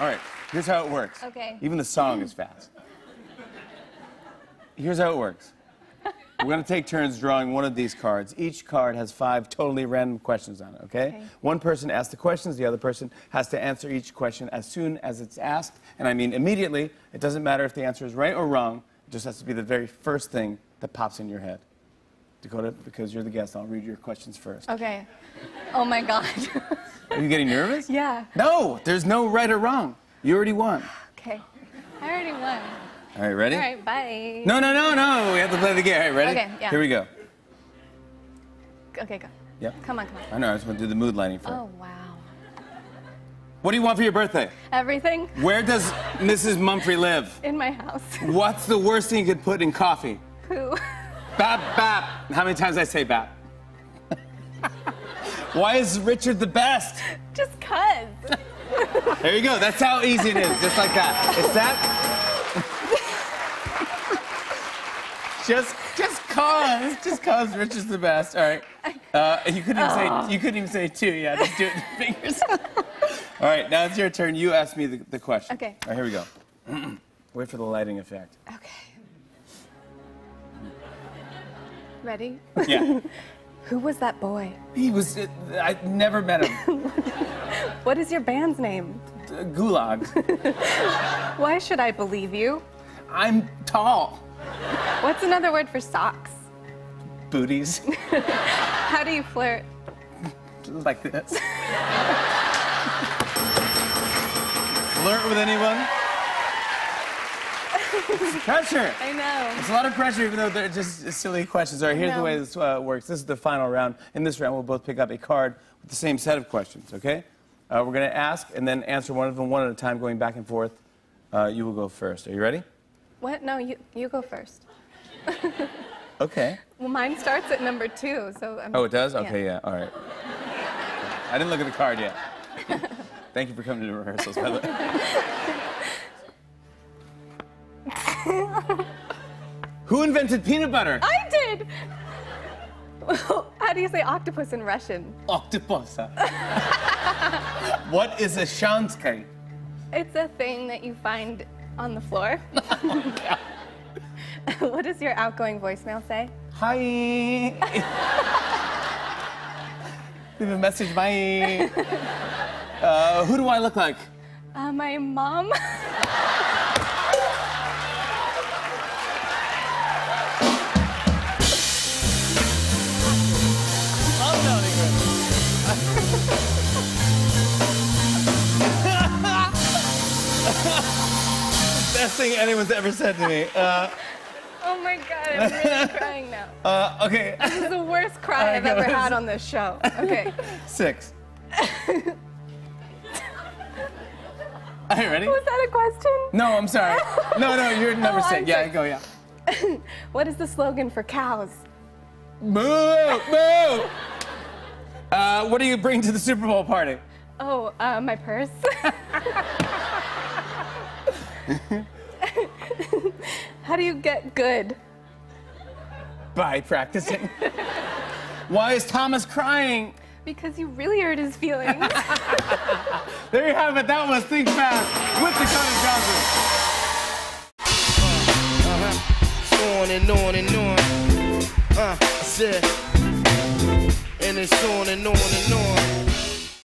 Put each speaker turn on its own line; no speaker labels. All right, here's how it works.
Okay.
Even the song is fast. Here's how it works. We're gonna take turns drawing one of these cards. Each card has five totally random questions on it, okay?
Okay.
One person asks the questions, the other person has to answer each question as soon as it's asked, and I mean immediately. It doesn't matter if the answer is right or wrong, it just has to be the very first thing that pops in your head. Dakota, because you're the guest, I'll read your questions first.
Okay. Oh my God.
Are you getting nervous?
yeah.
No, there's no right or wrong. You already won.
Okay. I already won.
All right, ready?
All right. Bye.
No, no, no, no. We have to play the game. All right, ready?
Okay, yeah.
Here we go.
Okay, go.
Yep.
Come on, come on.
I know, I just want to do the mood lighting first.
Oh wow.
What do you want for your birthday?
Everything
Where does Mrs. Mumphrey live?
in my house.
What's the worst thing you could put in coffee?
Poo.
Bap, bap. How many times I say bap? Why is Richard the best?
Just cuz.
There you go. That's how easy it is, just like that. It's that. just, just cause, just cause. Rich is the best. All right. Uh, you couldn't even say, you couldn't even say two. Yeah, just do it with your fingers. All right, now it's your turn. You ask me the, the question.
Okay.
All right, here we go. Wait for the lighting effect.
Okay. Ready?
Yeah.
Who was that boy?
he was. Uh, I never met him.
What is your band's name?
Uh, Gulag.
Why should I believe you?
I'm tall.
What's another word for socks?
Booties.
How do you flirt?
like this. Flirt with anyone? It's pressure.
I know.
It's a lot of pressure, even though they're just silly questions. All right, here's the
No.
way this uh, works. This is the final round. In this round, we'll both pick up a card with the same set of questions, okay? Uh, we're going to ask and then answer one of them one at a time, going back and forth. Uh, you will go first. Are you ready?
What? No, you you go first.
Okay.
Well, mine starts at number two, so I'm.
Oh, it does? Okay, yeah, all right. I didn't look at the card yet. Thank you for coming to the rehearsals, by the way. Who invented peanut butter?
I did. How do you say octopus in Russian?
Octopus. what is a shanskite?
It's a thing that you find on the floor.
Oh,
what does your outgoing voicemail say?
Hi. Leave a message, bye. Uh, who do I look like?
Uh, my mom.
Best thing anyone's ever said to me. Uh,
Oh my God, I'm really crying now.
uh, okay,
This is the worst cry I've
All right,
ever
go.
had on this show. Okay.
six. Are you ready?
Was that a question?
No, I'm sorry. No, no, you're number
Oh, I'm
six. Yeah,
sorry.
go, yeah.
What is the slogan for cows?
Moo! Moo! Uh, what do you bring to the Super Bowl party?
Oh, uh, my purse. How do you get good?
By practicing. Why is Thomas crying?
Because you really hurt his feelings.
There you have it. That was Think Fast with the Dakota Johnson.
Uh-huh. on and on and on. Uh, I said, and it's on and on and on.